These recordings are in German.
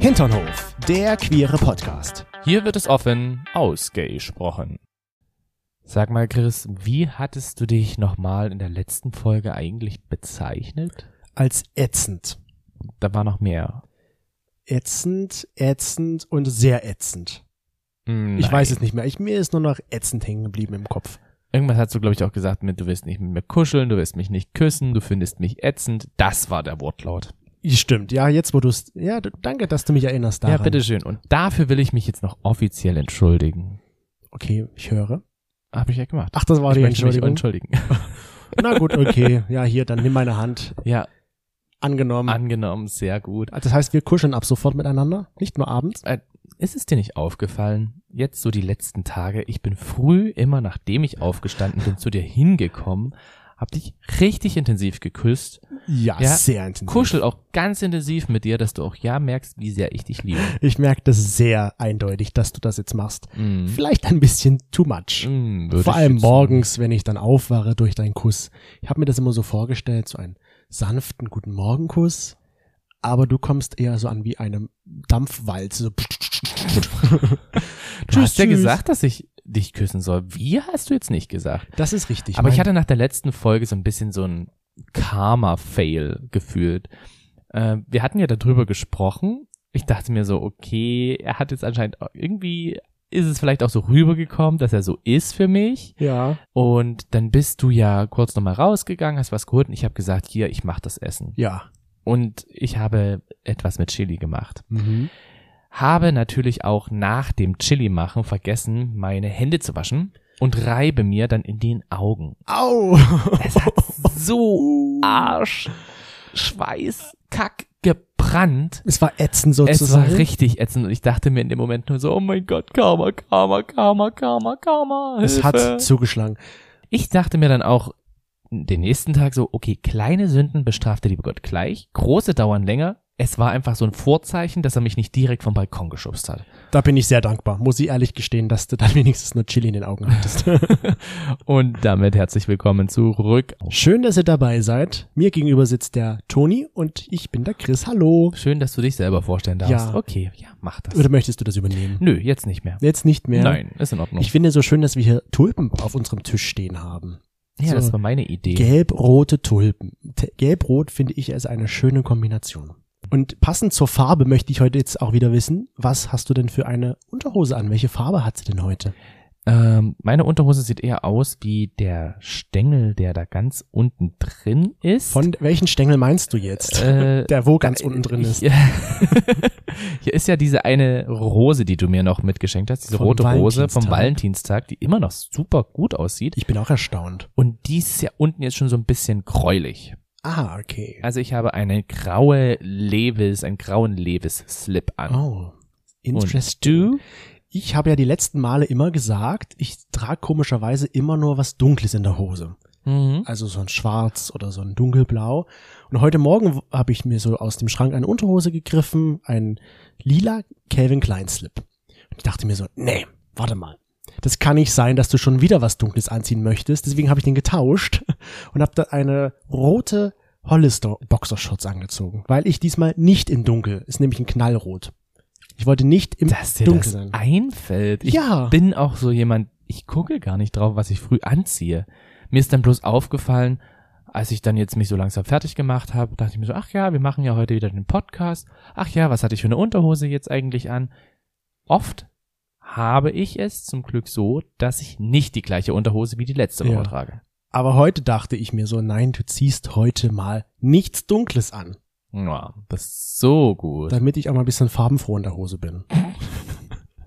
Hinternhof, der queere Podcast. Hier wird es offen ausgesprochen. Sag mal, Chris, wie hattest du dich nochmal in der letzten Folge eigentlich bezeichnet? Als ätzend. Da war noch mehr. Ätzend, ätzend und sehr ätzend. Hm, Ich nein. weiß es nicht mehr. Ich, mir ist nur noch ätzend hängen geblieben im Kopf. Irgendwas hast du, glaube ich, auch gesagt mit, du willst nicht mit mir kuscheln, du willst mich nicht küssen, du findest mich ätzend. Das war der Wortlaut. Stimmt, ja, jetzt wo du es. Ja, d- danke, dass du mich erinnerst daran. Ja, bitteschön. Und dafür will ich mich jetzt noch offiziell entschuldigen. Okay, ich höre. Habe ich ja gemacht. Ach, das war ich die möchte mich Entschuldigung. entschuldigen. Na gut, okay. Ja, hier, dann nimm meine Hand. Ja, Angenommen. Ah, angenommen, sehr gut. das heißt, wir kuscheln ab sofort miteinander, nicht nur abends. Ist es dir nicht aufgefallen, jetzt so die letzten Tage, ich bin früh immer, nachdem ich aufgestanden bin, zu dir hingekommen, hab dich richtig intensiv geküsst, Ja. sehr intensiv. kuschel auch ganz intensiv mit dir, dass du auch ja merkst, wie sehr ich dich liebe. Ich merke das sehr eindeutig, dass du das jetzt machst. Mm. Vielleicht ein bisschen too much. Mm, würde Vor ich allem jetzt morgens, wenn ich dann aufwache durch deinen Kuss. Ich habe mir das immer so vorgestellt, so einen sanften guten Morgenkuss, aber du kommst eher so an wie eine Dampfwalze. So sagen. Du hast ja gesagt, dass ich dich küssen soll. Wie hast du jetzt nicht gesagt? Das ist richtig. Aber ich Mein- hatte nach der letzten Folge so ein bisschen so ein Karma-Fail gefühlt. Äh, wir hatten ja darüber gesprochen. Ich dachte mir so, okay, er hat jetzt anscheinend auch- irgendwie ist es vielleicht auch so rübergekommen, dass er so ist für mich. ja, Und dann bist du ja kurz nochmal rausgegangen, hast was geholt und ich habe gesagt, hier, ich mache das Essen. ja. Und ich habe etwas mit Chili gemacht. Mhm. Habe natürlich auch nach dem Chili machen vergessen, meine Hände zu waschen und reibe mir dann in den Augen. Au! Es hat so Arsch, Schweiß, Kack gebrannt. Es war ätzend Es war sozusagen. richtig ätzend und ich dachte mir in dem Moment nur so, oh mein Gott, Karma, Karma, Karma, Karma, Karma. es Hilfe. hat zugeschlagen. Ich dachte mir dann auch den nächsten Tag so, okay, kleine Sünden bestraft der liebe Gott gleich, große dauern länger. Es war einfach so ein Vorzeichen, dass er mich nicht direkt vom Balkon geschubst hat. Da bin ich sehr dankbar. Muss ich ehrlich gestehen, dass du dann wenigstens nur Chili in den Augen hattest. Und damit herzlich willkommen zurück. Schön, dass ihr dabei seid. Mir gegenüber sitzt der Toni und ich bin der Chris. Hallo. Schön, dass du dich selber vorstellen darfst. Ja. Okay, ja, mach das. Oder möchtest du das übernehmen? Nö, jetzt nicht mehr. Jetzt nicht mehr. Nein, ist in Ordnung. Ich finde so schön, dass wir hier Tulpen auf unserem Tisch stehen haben. Ja, So. das war meine Idee. Gelb-rote Tulpen. T- Gelb-rot finde ich als eine schöne Kombination. Und passend zur Farbe möchte ich heute jetzt auch wieder wissen, was hast du denn für eine Unterhose an? Welche Farbe hat sie denn heute? Ähm, meine Unterhose sieht eher aus wie der Stängel, der da ganz unten drin ist. Von welchen Stängel meinst du jetzt? äh, Der wo ganz unten drin ist. Ich, hier ist ja diese eine Rose, die du mir noch mitgeschenkt hast, diese Vom rote Rose vom Valentinstag. Valentinstag, die immer noch super gut aussieht. Ich bin auch erstaunt. Und die ist ja unten jetzt schon so ein bisschen gräulich. Ah, okay. Also ich habe eine graue Levis, einen grauen Levis-Slip an. Oh. Und Interesting. du? Ich habe ja die letzten Male immer gesagt, ich trage komischerweise immer nur was Dunkles in der Hose. Mhm. Also so ein Schwarz oder so ein Dunkelblau. Und heute Morgen w- habe ich mir so aus dem Schrank eine Unterhose gegriffen, ein lila Calvin Klein Slip. Und ich dachte mir so, nee, warte mal. Das kann nicht sein, dass du schon wieder was Dunkles anziehen möchtest. Deswegen habe ich den getauscht und habe da eine rote Hollister Boxershorts angezogen, weil ich diesmal nicht in Dunkel, ist nämlich ein Knallrot. Ich wollte nicht im Dass dir Dunkel das sein. einfällt. Ich ja. bin auch so jemand, ich gucke gar nicht drauf, was ich früh anziehe. Mir ist dann bloß aufgefallen, als ich dann jetzt mich so langsam fertig gemacht habe, dachte ich mir so, ach ja, wir machen ja heute wieder den Podcast. Ach ja, was hatte ich für eine Unterhose jetzt eigentlich an? Oft habe ich es zum Glück so, dass ich nicht die gleiche Unterhose wie die letzte Woche Ja. trage. Aber heute dachte ich mir so, nein, du ziehst heute mal nichts Dunkles an, Ja, das ist so gut. damit ich auch mal ein bisschen farbenfroh in der Hose bin.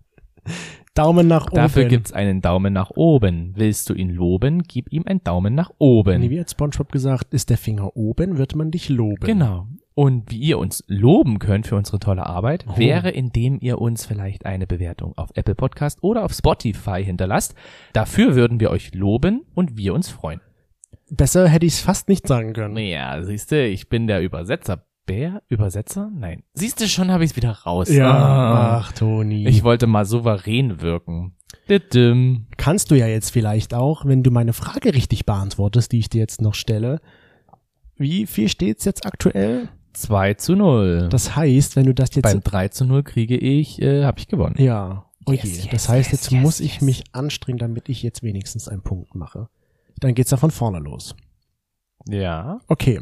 Daumen nach oben. Dafür gibt's einen Daumen nach oben. Willst du ihn loben, gib ihm einen Daumen nach oben. Nee, wie hat SpongeBob gesagt, ist der Finger oben, wird man dich loben. Genau. Und wie ihr uns loben könnt für unsere tolle Arbeit, Oh. wäre, indem ihr uns vielleicht eine Bewertung auf Apple Podcast oder auf Spotify hinterlasst. Dafür würden wir euch loben und wir uns freuen. Besser hätte ich es fast nicht sagen können. Ja, siehste, ich bin der Übersetzer. Bär? Übersetzer? Nein. Siehste schon habe ich es wieder raus. Ja, Ah. ach Toni. Ich wollte mal souverän wirken. Didim. Kannst du ja jetzt vielleicht auch, wenn du meine Frage richtig beantwortest, die ich dir jetzt noch stelle. Wie viel steht's jetzt aktuell? 2 zu 0. Das heißt, wenn du das jetzt. Beim 3 zu 0 kriege ich, äh, habe ich gewonnen. ja. Oh Yes, je. yes, das heißt, yes, jetzt yes, muss ich yes. mich anstrengen, damit ich jetzt wenigstens einen Punkt mache. Dann geht's ja von vorne los. Ja. Okay.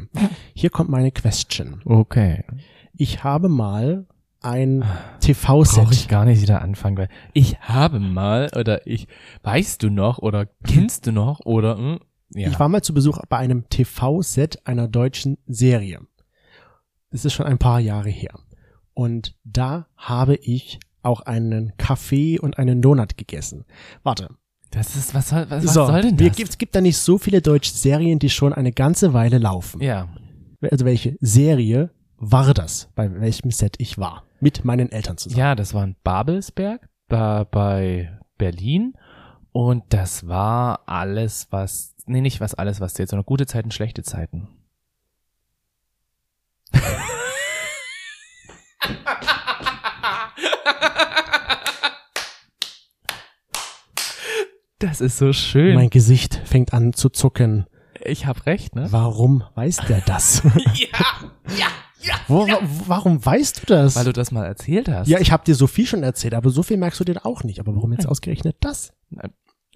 Hier kommt meine Question. Okay. Ich habe mal ein Brauche ich TV-Set. gar nicht wieder anfangen, weil ich habe mal oder ich weißt du noch oder kennst du noch oder hm, ja. Ich war mal zu Besuch bei einem TV-Set einer deutschen Serie. Das ist schon ein paar Jahre her. Und da habe ich auch einen Kaffee und einen Donut gegessen. Warte, das ist was soll was, was so, soll denn wir- das? Es gibt da nicht so viele deutsche Serien, die schon eine ganze Weile laufen. ja. Also welche Serie war das, bei welchem Set ich war? Mit meinen Eltern zusammen. Ja, das war in Babelsberg bei, bei Berlin und das war alles was nee, nicht was alles was zählt, sondern gute Zeiten, schlechte Zeiten. Das ist so schön. Mein Gesicht fängt an zu zucken. ich hab recht, ne? Warum weiß der das? Ja, ja, ja. Wo, wa- Warum weißt du das? Weil du das mal erzählt hast. ja, ich habe dir so viel schon erzählt, aber so viel merkst du dir auch nicht. Aber warum jetzt ausgerechnet das?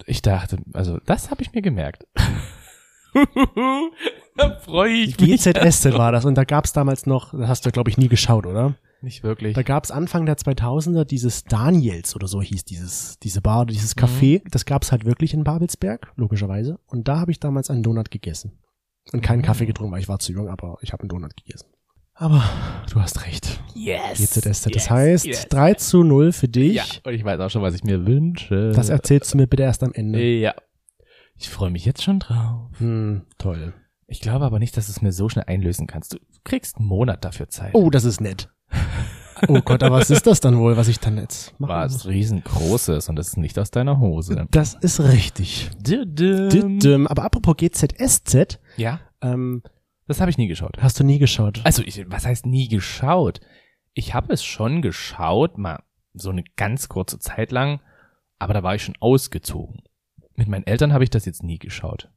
Ich dachte, also das habe ich mir gemerkt. da freue ich mich. GZSZ war das und da gab's damals noch, das hast du glaube ich nie geschaut, oder? Nicht wirklich. Da gab's Anfang der 2000er dieses Daniels oder so hieß dieses diese Bar, oder Mhm. dieses Café. Das gab's halt wirklich in Babelsberg, logischerweise. Und da habe ich damals einen Donut gegessen und keinen Mhm. Kaffee getrunken, weil ich war zu jung, aber ich habe einen Donut gegessen. Aber du hast recht. Yes. GZSZ. Das heißt 3 zu 0 für dich. Ja, und ich weiß auch schon, was ich mir wünsche. Das erzählst du mir bitte erst am Ende. Ja. Ich freue mich jetzt schon drauf. Hm, toll. Ich glaube aber nicht, dass du es mir so schnell einlösen kannst. Du kriegst einen Monat dafür Zeit. Oh, das ist nett. Oh Gott, aber was ist das dann wohl, was ich dann jetzt machen was riesengroßes und das ist nicht aus deiner Hose. muss? Das ist richtig. Didim. Didim. Aber apropos GZSZ, Ja, ähm, das habe ich nie geschaut. hast du nie geschaut. Also, ich, was heißt nie geschaut? Ich habe es schon geschaut, mal so eine ganz kurze Zeit lang, aber da war ich schon ausgezogen. Mit meinen Eltern habe ich das jetzt nie geschaut.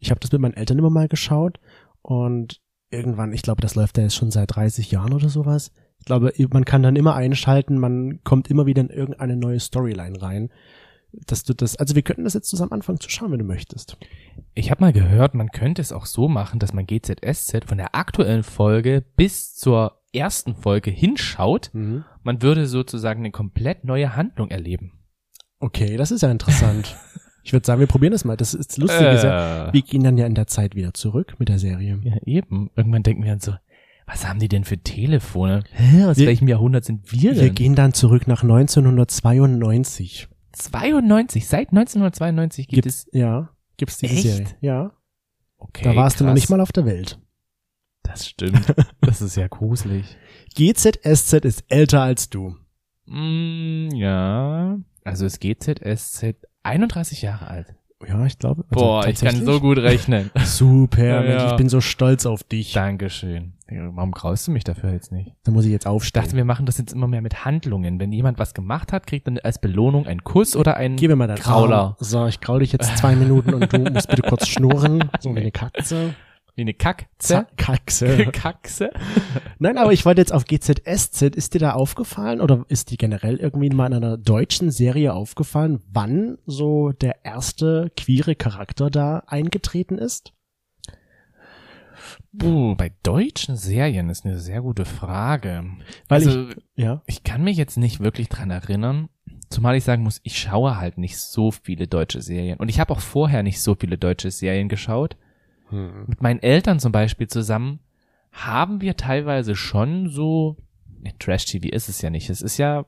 Ich habe das mit meinen Eltern immer mal geschaut und irgendwann, ich glaube, das läuft ja jetzt schon seit 30 Jahren oder sowas. Ich glaube, man kann dann immer einschalten, man kommt immer wieder in irgendeine neue Storyline rein. Dass du das, also wir könnten das jetzt zusammen anfangen zu schauen, wenn du möchtest. Ich habe mal gehört, man könnte es auch so machen, dass man GZSZ von der aktuellen Folge bis zur ersten Folge hinschaut. Mhm. Man würde sozusagen eine komplett neue Handlung erleben. Okay, das ist ja interessant. ich würde sagen, wir probieren das mal. Das ist lustig. ist ja, Äh, wir gehen dann ja in der Zeit wieder zurück mit der Serie. ja, eben. Irgendwann denken wir dann so, was haben die denn für Telefone? Hä, aus Wir- welchem Jahrhundert sind wir denn? Wir gehen dann zurück nach 1992. 92, seit 1992 gibt es. ja, gibt's diese Echt? Serie. Ja, Okay, da warst du noch krass. nicht mal auf der Welt. Das stimmt. Das ist ja gruselig. GZSZ ist älter als du. Mm, ja. Also ist GZSZ 31 Jahre alt. Ja, ich glaube. also Boah, ich kann tatsächlich. so gut rechnen. Super, Ja, Mensch, ja. ich bin so stolz auf dich. Dankeschön. Ja, Warum graust du mich dafür jetzt nicht? Da muss ich jetzt Ich dachte, aufstehen. wir machen das jetzt immer mehr mit Handlungen. Wenn jemand was gemacht hat, kriegt dann als Belohnung einen Kuss oder einen Gib mir mal deinen Krauler. Arm. So, ich kraul dich jetzt zwei Minuten und du musst bitte kurz schnurren. So wie eine Katze. wie eine Kackze. Zack, Katze. Kackse. Nein, aber ich wollte jetzt auf GZSZ. Ist dir da aufgefallen oder ist dir generell irgendwie mal in einer deutschen Serie aufgefallen, wann so der erste queere Charakter da eingetreten ist? Buh, bei deutschen Serien ist eine sehr gute Frage. Weil also, Ja. Ich kann mich jetzt nicht wirklich dran erinnern, zumal ich sagen muss, ich schaue halt nicht so viele deutsche Serien. Und ich habe auch vorher nicht so viele deutsche Serien geschaut. Mit meinen Eltern zum Beispiel zusammen haben wir teilweise schon so, ne, Trash-TV ist es ja nicht, es ist ja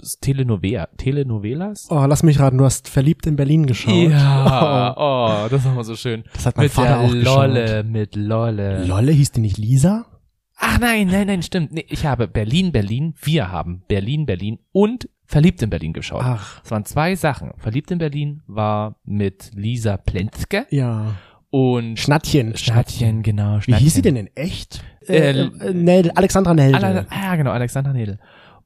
es ist Telenovela, Telenovelas. Oh, lass mich raten, du hast verliebt in Berlin geschaut. Oh, Ja, oh, das ist immer so schön. das hat mein Mit Vater der auch Lolle, mit Lolle. geschaut. Lolle hieß die nicht Lisa? Ach nein, nein, nein, stimmt. Nee, ich habe Berlin, Berlin, wir haben Berlin, Berlin und Verliebt in Berlin geschaut. Ach, Es waren zwei Sachen. Verliebt in Berlin war mit Lisa Plenzke ja. und Schnattchen. Schnattchen, genau. Wie Schnattchen. hieß sie denn in echt? Äh, Nel, Alexandra Nelde. Ale ah, genau, Alexandra Nedel.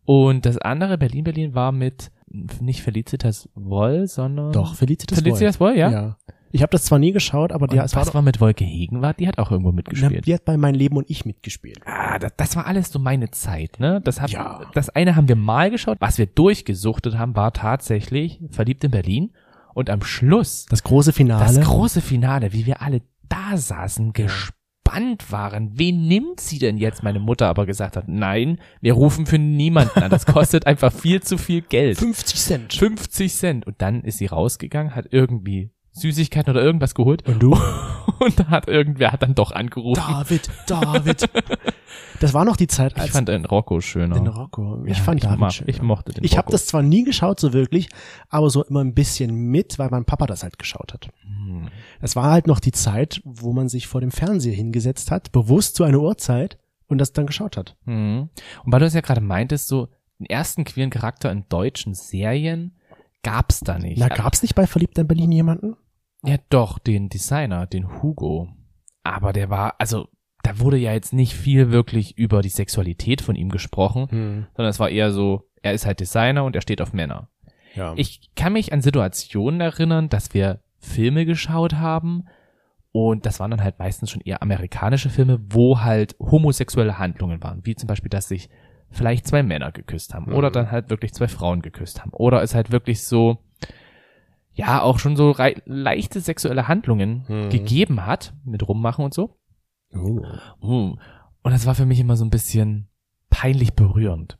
Und das andere, Berlin, Berlin, war mit nicht Felicitas Woll, sondern Doch, Felicitas Woll. Felicitas Woll, ja? ja. Ich habe das zwar nie geschaut, aber die Ja, es war was doch, war mit Wolke Hegenwart? Die hat auch irgendwo mitgespielt. die hat bei Mein Leben und ich mitgespielt. Ah, das, das war alles so meine Zeit, ne? Das, hab, Ja. das eine haben wir mal geschaut. Was wir durchgesuchtet haben, war tatsächlich verliebt in Berlin. Und am Schluss, Das große Finale. das große Finale, wie wir alle da saßen, gespannt waren. Wen nimmt sie denn jetzt? Meine Mutter aber gesagt hat, nein, wir rufen für niemanden an. Das kostet einfach viel zu viel Geld. 50 Cent. 50 Cent. Und dann ist sie rausgegangen, hat irgendwie Süßigkeiten oder irgendwas geholt. Und du? Und da hat irgendwer hat dann doch angerufen. David, David. Das war noch die Zeit, als ich fand den Rocco schöner. den Rocco. Ich Ja, fand David mag- schön. Ich mochte den Ich habe Rocco. das zwar nie geschaut so wirklich, aber so immer ein bisschen mit, weil mein Papa das halt geschaut hat. Hm. Es war halt noch die Zeit, wo man sich vor dem Fernseher hingesetzt hat, bewusst zu einer Uhrzeit und das dann geschaut hat. Mhm. Und weil du es ja gerade meintest, so den ersten queeren Charakter in deutschen Serien gab's da nicht. Na, gab's nicht bei Verliebt in Berlin jemanden? ja, doch, den Designer, den Hugo. Aber der war, also, da wurde ja jetzt nicht viel wirklich über die Sexualität von ihm gesprochen, sondern es war eher so, er ist halt Designer und er steht auf Männer. Ja. Ich kann mich an Situationen erinnern, dass wir Filme geschaut haben und das waren dann halt meistens schon eher amerikanische Filme, wo halt homosexuelle Handlungen waren, wie zum Beispiel, dass sich vielleicht zwei Männer geküsst haben oder Mhm. dann halt wirklich zwei Frauen geküsst haben oder es halt wirklich so, ja, auch schon so rei- leichte sexuelle Handlungen Mhm. gegeben hat mit Rummachen und so. Oh. Uh. Und das war für mich immer so ein bisschen peinlich berührend.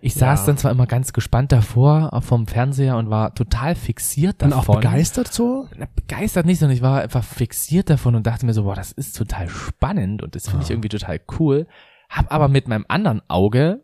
Ich saß Ja. dann zwar immer ganz gespannt davor äh, vom Fernseher und war total fixiert Dann davon. auch begeistert so? Na, begeistert nicht, sondern ich war einfach fixiert davon und dachte mir so, boah, das ist total spannend und das finde ich Ah. irgendwie total cool. Hab aber mit meinem anderen Auge,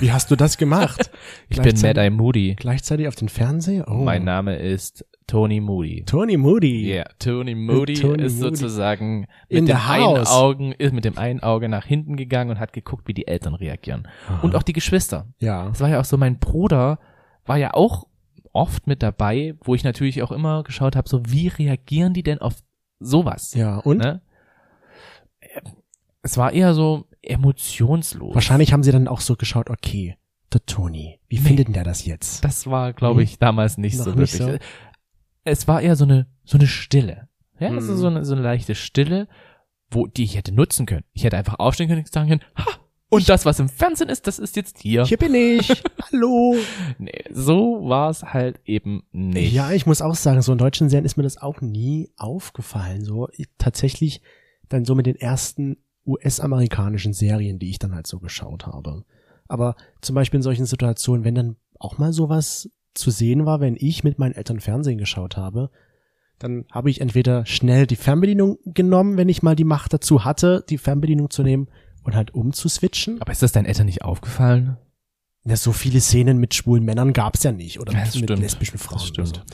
Wie hast du das gemacht? ich bin Gleichzeitig- Mad Eye Moody. Gleichzeitig auf den Fernseher? Oh. Mein Name ist Tony Moody. Tony Moody. Yeah, Tony Moody Tony ist Moody. sozusagen In mit dem, the einen house. Augen, ist mit dem einen Auge nach hinten gegangen und hat geguckt, wie die Eltern reagieren. Und auch die Geschwister. Ja. Das war ja auch so, mein Bruder war ja auch oft mit dabei, wo ich natürlich auch immer geschaut habe, so wie reagieren die denn auf sowas? Ja, und? Ne? Es war eher so emotionslos. Wahrscheinlich haben sie dann auch so geschaut, okay, der Tony, wie findet denn der das jetzt? Das war, glaube ich, damals nicht Hm. Noch so nicht wirklich. Es war eher so eine, so eine Stille. Ja, Mhm. also so eine, so eine leichte Stille, wo, die ich hätte nutzen können. Ich hätte einfach aufstehen können und sagen können, ha, und das, was im Fernsehen ist, das ist jetzt hier. Hier bin ich. Hallo. Nee, so war es halt eben nicht. Ja, ich muss auch sagen, so in deutschen Serien ist mir das auch nie aufgefallen. So ich, tatsächlich dann so mit den ersten US-amerikanischen Serien, die ich dann halt so geschaut habe. Aber zum Beispiel in solchen Situationen, wenn dann auch mal sowas zu sehen war, wenn ich mit meinen Eltern Fernsehen geschaut habe, dann habe ich entweder schnell die Fernbedienung genommen, wenn ich mal die Macht dazu hatte, die Fernbedienung zu nehmen und halt umzuswitchen. Aber ist das deinen Eltern nicht aufgefallen? Ja, so viele Szenen mit schwulen Männern gab's ja nicht oder Ja, mit das stimmt. lesbischen Frauen. Das stimmt. Und-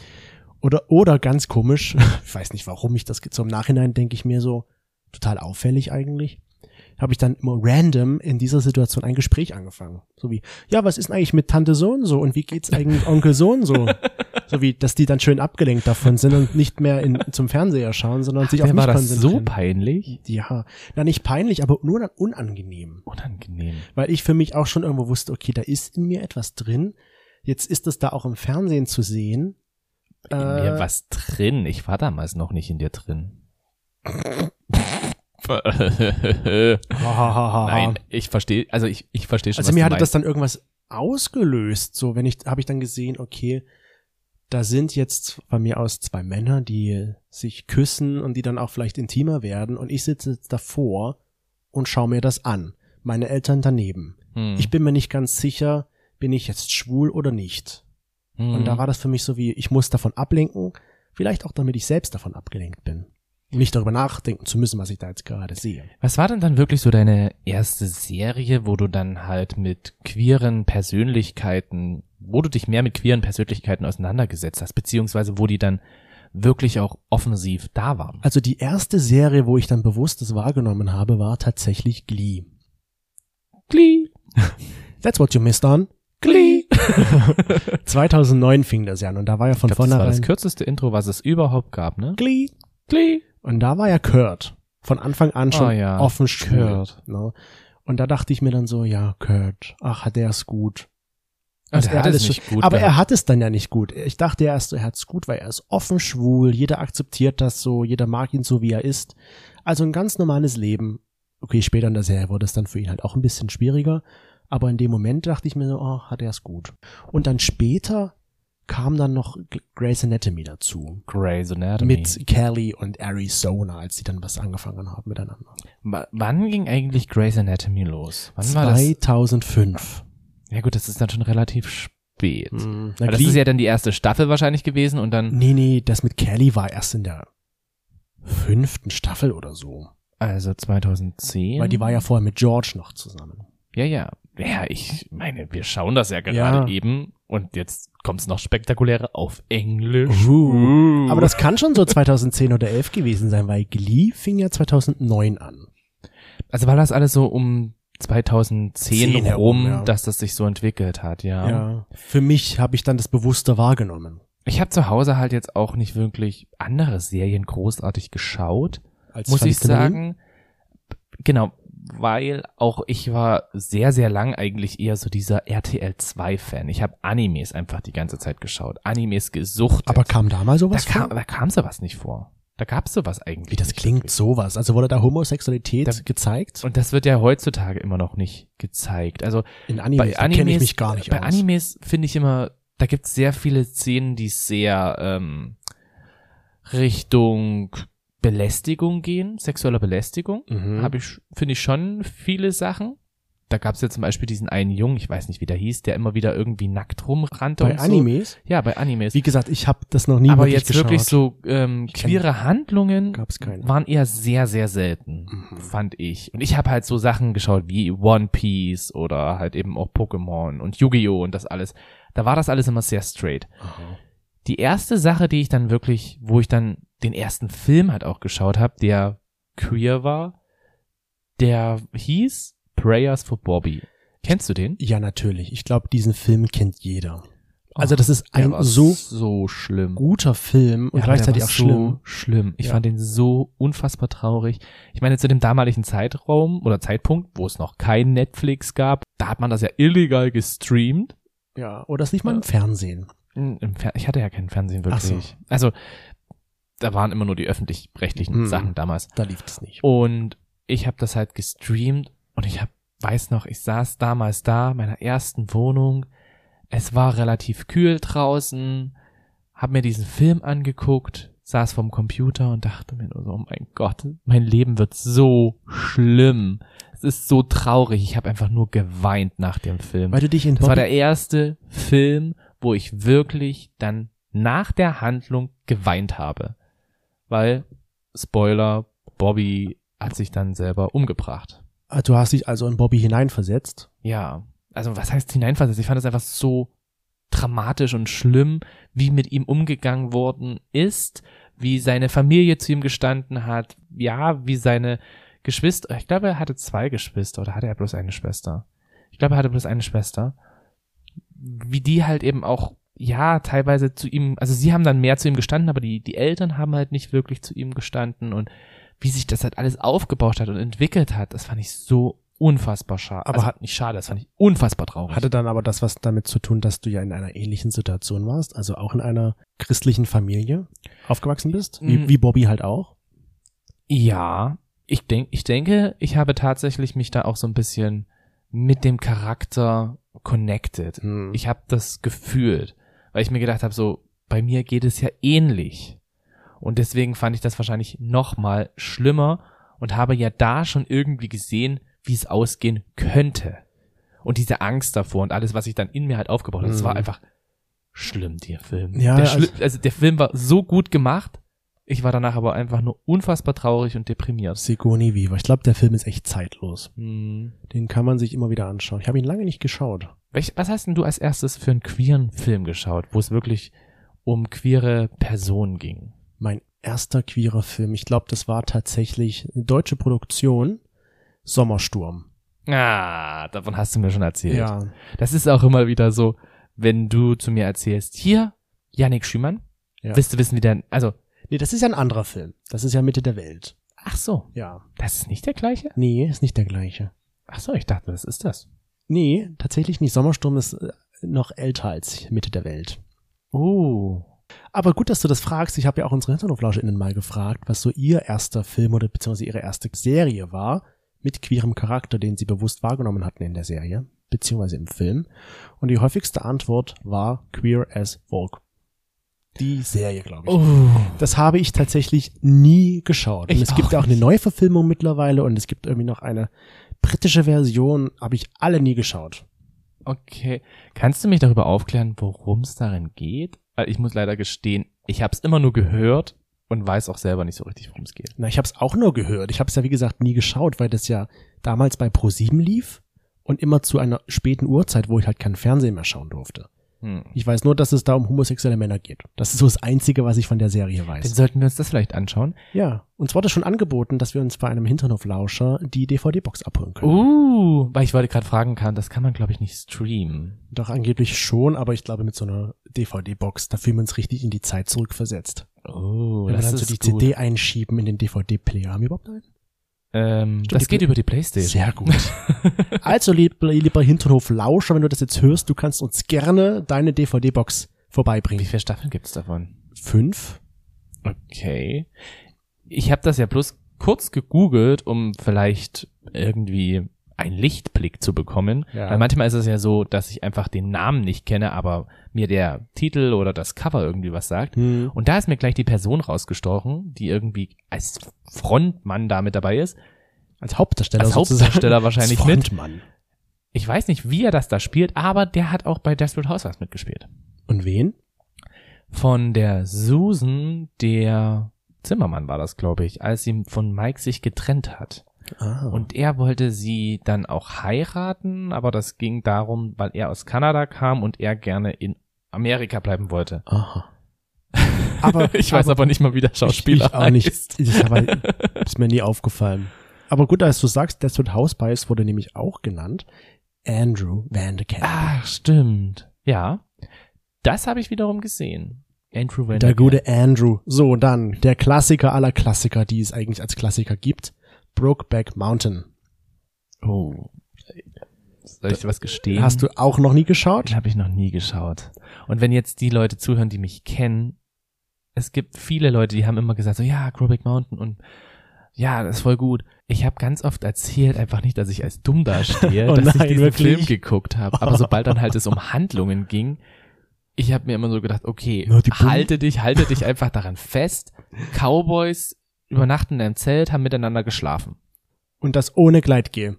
Oder, oder ganz komisch, ich weiß nicht warum ich das, so im Nachhinein denke ich mir so, total auffällig eigentlich, habe ich dann immer random in dieser Situation ein Gespräch angefangen. So wie, ja, was ist denn eigentlich mit Tante so und so und wie geht's eigentlich Onkel so und so? So wie, dass die dann schön abgelenkt davon sind und nicht mehr in, zum Fernseher schauen, sondern sich auf Mir mich war das so konzentrieren. peinlich. ja, na nicht peinlich, aber nur dann unangenehm Unangenehm. weil ich für mich auch schon irgendwo wusste, okay, da ist in mir etwas drin. Jetzt ist es da auch im Fernsehen zu sehen. In Äh. mir was drin. Ich war damals noch nicht in dir drin. Nein, ich verstehe, also ich, ich verstehe schon, Also was mir du hatte das meinst. dann irgendwas ausgelöst. So, wenn ich, habe ich dann gesehen, okay, da sind jetzt bei mir aus zwei Männer, die sich küssen und die dann auch vielleicht intimer werden. Und ich sitze jetzt davor und schaue mir das an. Meine Eltern daneben. Hm. Ich bin mir nicht ganz sicher, bin ich jetzt schwul oder nicht. Hm. Und da war das für mich so wie, ich muss davon ablenken, vielleicht auch damit ich selbst davon abgelenkt bin. Nicht darüber nachdenken zu müssen, was ich da jetzt gerade sehe. Was war denn dann wirklich so deine erste Serie, wo du dann halt mit queeren Persönlichkeiten, wo du dich mehr mit queeren Persönlichkeiten auseinandergesetzt hast, beziehungsweise wo die dann wirklich auch offensiv da waren? Also die erste Serie, wo ich dann bewusst das wahrgenommen habe, war tatsächlich Glee. Glee, That's what you missed on. Glee. 2009 fing das ja an und da war ja von Ich glaub, das war das vornherein kürzeste Intro, was es überhaupt gab, ne? Glee. Glee. Und da war ja Kurt von Anfang an schon Ah, ja. offen schwul. Kurt. Ne? Und da dachte ich mir dann so, ja, Kurt, ach, der ist gut. was der hat es nicht so- gut aber er gehabt. hat es dann ja nicht gut. Ich dachte erst, er hat es gut, weil er ist offen schwul, jeder akzeptiert das so, jeder mag ihn so, wie er ist. Also ein ganz normales Leben. Okay, später in der Serie wurde es dann für ihn halt auch ein bisschen schwieriger, aber in dem Moment dachte ich mir so, oh, hat er es gut. Und dann später kam dann noch Grey's Anatomy dazu. Grey's Anatomy. Mit Kelly und Arizona, als die dann was angefangen haben miteinander. W- wann ging eigentlich Grey's Anatomy los? Wann war das? 2005. Ja gut, das ist dann schon relativ spät. Mhm. Weil Hm. das ist ja dann die erste Staffel wahrscheinlich gewesen und dann Nee, nee, das mit Kelly war erst in der fünften Staffel oder so. also 2010. Weil die war ja vorher mit George noch zusammen. ja ja ja ich meine wir schauen das ja gerade Ja. eben und jetzt kommt's noch spektakulärer auf Englisch. Uh. Uh. Aber das kann schon so 2010 oder 11 gewesen sein, weil Glee fing ja 2009 an. also war das alles so um 2010 Zehn rum, herum, ja. dass das sich so entwickelt hat, ja. Für mich habe ich dann das bewusster wahrgenommen. Ich habe zu Hause halt jetzt auch nicht wirklich andere Serien großartig geschaut. Als muss ich Phänomen. sagen. Genau, weil auch ich war sehr, sehr lang eigentlich eher so dieser RTL 2-Fan. Ich habe Animes einfach die ganze Zeit geschaut, Animes gesucht. Aber kam da mal da sowas kam, vor? da kam sowas nicht vor. Da gab's sowas eigentlich. Wie das nicht klingt, wirklich. sowas. Also wurde da Homosexualität Da- gezeigt? Und das wird ja heutzutage immer noch nicht gezeigt. Also In Animes, bei da Animes kenne ich mich gar nicht Bei aus. Animes finde ich immer, da gibt es sehr viele Szenen, die sehr ähm, Richtung Belästigung gehen, sexueller Belästigung. Mhm. Habe ich, finde ich schon viele Sachen. Da gab es ja zum Beispiel diesen einen Jungen, ich weiß nicht, wie der hieß, der immer wieder irgendwie nackt rumrannte bei und Animes? so. Ja, bei Animes. Wie gesagt, ich habe das noch nie Aber wirklich jetzt geschaut. wirklich so ähm, kenn- queere Handlungen Gab's keine. waren eher sehr, sehr selten, Mhm. fand ich. Und ich habe halt so Sachen geschaut wie One Piece oder halt eben auch Pokémon und Yu-Gi-Oh! und das alles. Da war das alles immer sehr straight. Aha. Die erste Sache, die ich dann wirklich, wo ich dann den ersten Film halt auch geschaut habe, der queer war, der hieß Prayers for Bobby. Kennst du den? Ja, natürlich. Ich glaube, diesen Film kennt jeder. Also Oh, das ist Der ein war so so schlimm. guter Film und Ja, aber gleichzeitig der auch war schlimm. So schlimm. Ich Ja. fand den so unfassbar traurig. Ich meine, zu dem damaligen Zeitraum oder Zeitpunkt, wo es noch kein Netflix gab, da hat man das ja illegal gestreamt. Ja, oder es lief mal Ja. im Fernsehen. Hm, im Fer- Ich hatte ja kein Fernsehen Ach wirklich. so. Also, da waren immer nur die öffentlich-rechtlichen Hm. Sachen damals. Da lief es nicht. Und ich habe das halt gestreamt und ich hab, weiß noch, ich saß damals da, in meiner ersten Wohnung. Es war relativ kühl draußen, hab mir diesen Film angeguckt, saß vorm Computer und dachte mir nur so, oh mein Gott, mein Leben wird so schlimm. Es ist so traurig. Ich habe einfach nur geweint nach dem Film. Weil du dich in Das war Bobby, der erste Film, wo ich wirklich dann nach der Handlung geweint habe. Weil, Spoiler, Bobby hat sich dann selber umgebracht. Ah, du hast dich also in Bobby hineinversetzt. Ja. Also was heißt hineinversetzt? Ich fand das einfach so dramatisch und schlimm, wie mit ihm umgegangen worden ist, wie seine Familie zu ihm gestanden hat, ja, wie seine Geschwister, ich glaube, er hatte zwei Geschwister oder hatte er bloß eine Schwester? Ich glaube, er hatte bloß eine Schwester. Wie die halt eben auch, ja, teilweise zu ihm, also sie haben dann mehr zu ihm gestanden, aber die, die Eltern haben halt nicht wirklich zu ihm gestanden und wie sich das halt alles aufgebaut hat und entwickelt hat, das fand ich so unfassbar schade. Aber also, hat- nicht schade, das fand ich unfassbar traurig. Hatte dann aber das was damit zu tun, dass du ja in einer ähnlichen Situation warst, also auch in einer christlichen Familie aufgewachsen bist, wie, Mm. wie Bobby halt auch. Ja, ich, denk, ich denke, ich habe tatsächlich mich da auch so ein bisschen mit dem Charakter connected. Mhm. Ich habe das gefühlt, weil ich mir gedacht habe, so bei mir geht es ja ähnlich. Und deswegen fand ich das wahrscheinlich noch mal schlimmer und habe ja da schon irgendwie gesehen, wie es ausgehen könnte. Und diese Angst davor und alles, was ich dann in mir halt aufgebaut habe, das Mhm. war einfach schlimm, der Film. Ja, der schli- also- also der Film war so gut gemacht, ich war danach aber einfach nur unfassbar traurig und deprimiert. Sigourney Weaver. Ich glaube, der Film ist echt zeitlos. Hm. Den kann man sich immer wieder anschauen. Ich habe ihn lange nicht geschaut. Welch, was hast denn du als erstes für einen queeren Film geschaut, wo es wirklich um queere Personen ging? mein erster queerer Film. Ich glaube, das war tatsächlich eine deutsche Produktion. Sommersturm. Ah, davon hast du mir schon erzählt. Das ist auch immer wieder so, wenn du zu mir erzählst, hier, Yannick Schümann, Ja. willst du wissen, wie der, also, Nee, das ist ja ein anderer Film. Das ist ja Mitte der Welt. ach so, Ja. das ist nicht der gleiche? Nee, ist nicht der gleiche. Ach so, ich dachte, das ist das. Nee, tatsächlich nicht. Sommersturm ist äh, noch älter als Mitte der Welt. Oh. Aber gut, dass du das fragst. Ich habe ja auch unsere HinternhoflauscherInnen mal gefragt, was so ihr erster Film oder beziehungsweise ihre erste Serie war, mit queerem Charakter, den sie bewusst wahrgenommen hatten in der Serie, beziehungsweise im Film. Und die häufigste Antwort war Queer as Folk. Die Serie, glaube ich. Oh. Das habe ich tatsächlich nie geschaut. Ich und es gibt auch ja auch eine nicht. Neuverfilmung mittlerweile und es gibt irgendwie noch eine britische Version, habe ich alle nie geschaut. Okay. Kannst du mich darüber aufklären, worum es darin geht? Weil ich muss leider gestehen, ich habe es immer nur gehört und weiß auch selber nicht so richtig, worum es geht. Na, ich habe es auch nur gehört. Ich habe es ja, wie gesagt, nie geschaut, weil das ja damals bei ProSieben lief und immer zu einer späten Uhrzeit, wo ich halt keinen Fernsehen mehr schauen durfte. Hm. Ich weiß nur, dass es da um homosexuelle Männer geht. Das ist so das Einzige, was ich von der Serie Dann weiß. sollten wir uns das vielleicht anschauen. Ja, uns wurde schon angeboten, dass wir uns bei einem Hinternhoflauscher die DVD-Box abholen können. Uh, weil ich wollte gerade fragen kann, das kann man glaube ich nicht streamen. Doch angeblich schon, aber ich glaube mit so einer DVD-Box, da fühlen wir uns richtig in die Zeit zurückversetzt. Oh, Wenn wir das dann so ist die gut. CD einschieben in den DVD-Player. Haben wir überhaupt einen? Ähm, Stimmt, das die geht Play- über die Playstation. Sehr gut. also, lieber, lieber Hinternhof-Lauscher, wenn du das jetzt hörst, du kannst uns gerne deine DVD-Box Wie vorbeibringen. viele Staffeln gibt's davon? Fünf? Okay. Ich habe das ja bloß kurz gegoogelt, um vielleicht irgendwie einen Lichtblick zu bekommen. Ja. Weil manchmal ist es ja so, dass ich einfach den Namen nicht kenne, aber mir der Titel oder das Cover irgendwie was sagt. Hm. Und da ist mir gleich die Person rausgestochen, die irgendwie als Frontmann da mit dabei ist. Als Hauptdarsteller Als sozusagen. Hauptdarsteller wahrscheinlich Als mit. Frontmann. Ich weiß nicht, wie er das da spielt, aber der hat auch bei Desperate Housewives mitgespielt. Und wen? Von der Susan, der Zimmermann war das, glaube ich, als sie von Mike sich getrennt hat. Ah. Und er wollte sie dann auch heiraten, aber das ging darum, weil er aus Kanada kam und er gerne in Amerika bleiben wollte. Aha. Aber ich weiß aber, nicht mal, wie der Schauspieler ich, ich auch nicht. heißt. Das ist, aber, ist mir nie aufgefallen. Aber gut, als du sagst, Desperate Housewives wurde nämlich auch genannt. Andrew Van de Kamp. Ach, stimmt. Ja. Das habe ich wiederum gesehen. Andrew Van Der gute Andrew. So, dann der Klassiker aller Klassiker, die es eigentlich als Klassiker gibt. Brokeback Mountain. Oh. Soll ich dir was gestehen? Hast du auch noch nie geschaut? Den habe ich noch nie geschaut. Und wenn jetzt die Leute zuhören, die mich kennen, es gibt viele Leute, die haben immer gesagt, so ja, Crowback Mountain und ja, das ist voll gut. Ich habe ganz oft erzählt, einfach nicht, dass ich als dumm dastehe, Oh dass ich nein, diesen wirklich? Film geguckt habe. Aber sobald dann halt es um Handlungen ging, ich habe mir immer so gedacht, okay, Nur die Bum- halte dich, halte dich einfach daran fest. Cowboys übernachten in einem Zelt, haben miteinander geschlafen. Und das ohne Gleitgel.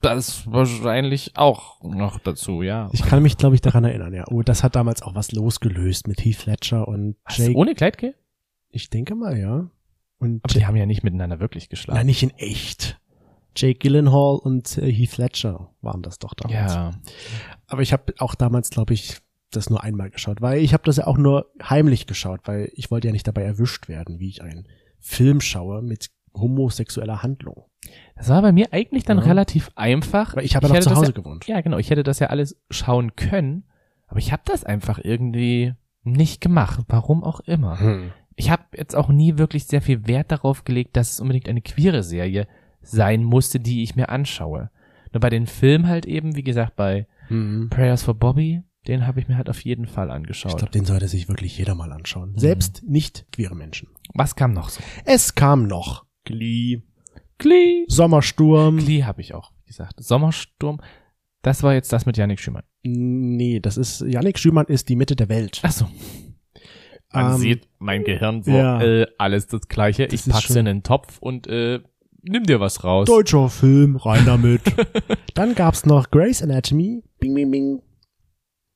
Das wahrscheinlich auch noch dazu, ja. Ich kann mich, glaube ich, daran erinnern, ja. Oh, das hat damals auch was losgelöst mit Heath Ledger und Was, Jake. ohne Kleidke? Ich denke mal, ja. Und Aber die haben ja nicht miteinander wirklich geschlafen. Nein, nicht in echt. Jake Gyllenhaal und äh, Heath Ledger waren das doch damals. ja. Aber ich habe auch damals, glaube ich, das nur einmal geschaut, weil ich habe das ja auch nur heimlich geschaut, weil ich wollte ja nicht dabei erwischt werden, wie ich einen Film schaue mit homosexueller Handlung. Das war bei mir eigentlich dann Ja. relativ einfach. Weil ich habe ja noch hätte zu das Hause gewohnt. Ja, ja, genau. Ich hätte das ja alles schauen können, aber ich habe das einfach irgendwie nicht gemacht. Warum auch immer. Hm. Ich habe jetzt auch nie wirklich sehr viel Wert darauf gelegt, dass es unbedingt eine queere Serie sein musste, die ich mir anschaue. Nur bei den Filmen halt eben, wie gesagt, bei Mhm. Prayers for Bobby, den habe ich mir halt auf jeden Fall Ich angeschaut. glaube, den sollte sich wirklich jeder mal anschauen. Mhm. Selbst nicht queere Menschen. Was kam noch so? Es kam noch Glee, Glee. Sommersturm. Glee habe ich auch gesagt. Sommersturm. Das war jetzt das mit Yannick Schümann. Nee, das ist, Yannick Schümann ist die Mitte der Welt. Ach so. Man Ähm, sieht, mein Gehirn ja. äh, alles das Gleiche. Das ich ist pack's schon- in den Topf und äh, nimm dir was raus. Deutscher Film, rein damit. Dann gab's noch Grey's Anatomy. Bing, bing, bing.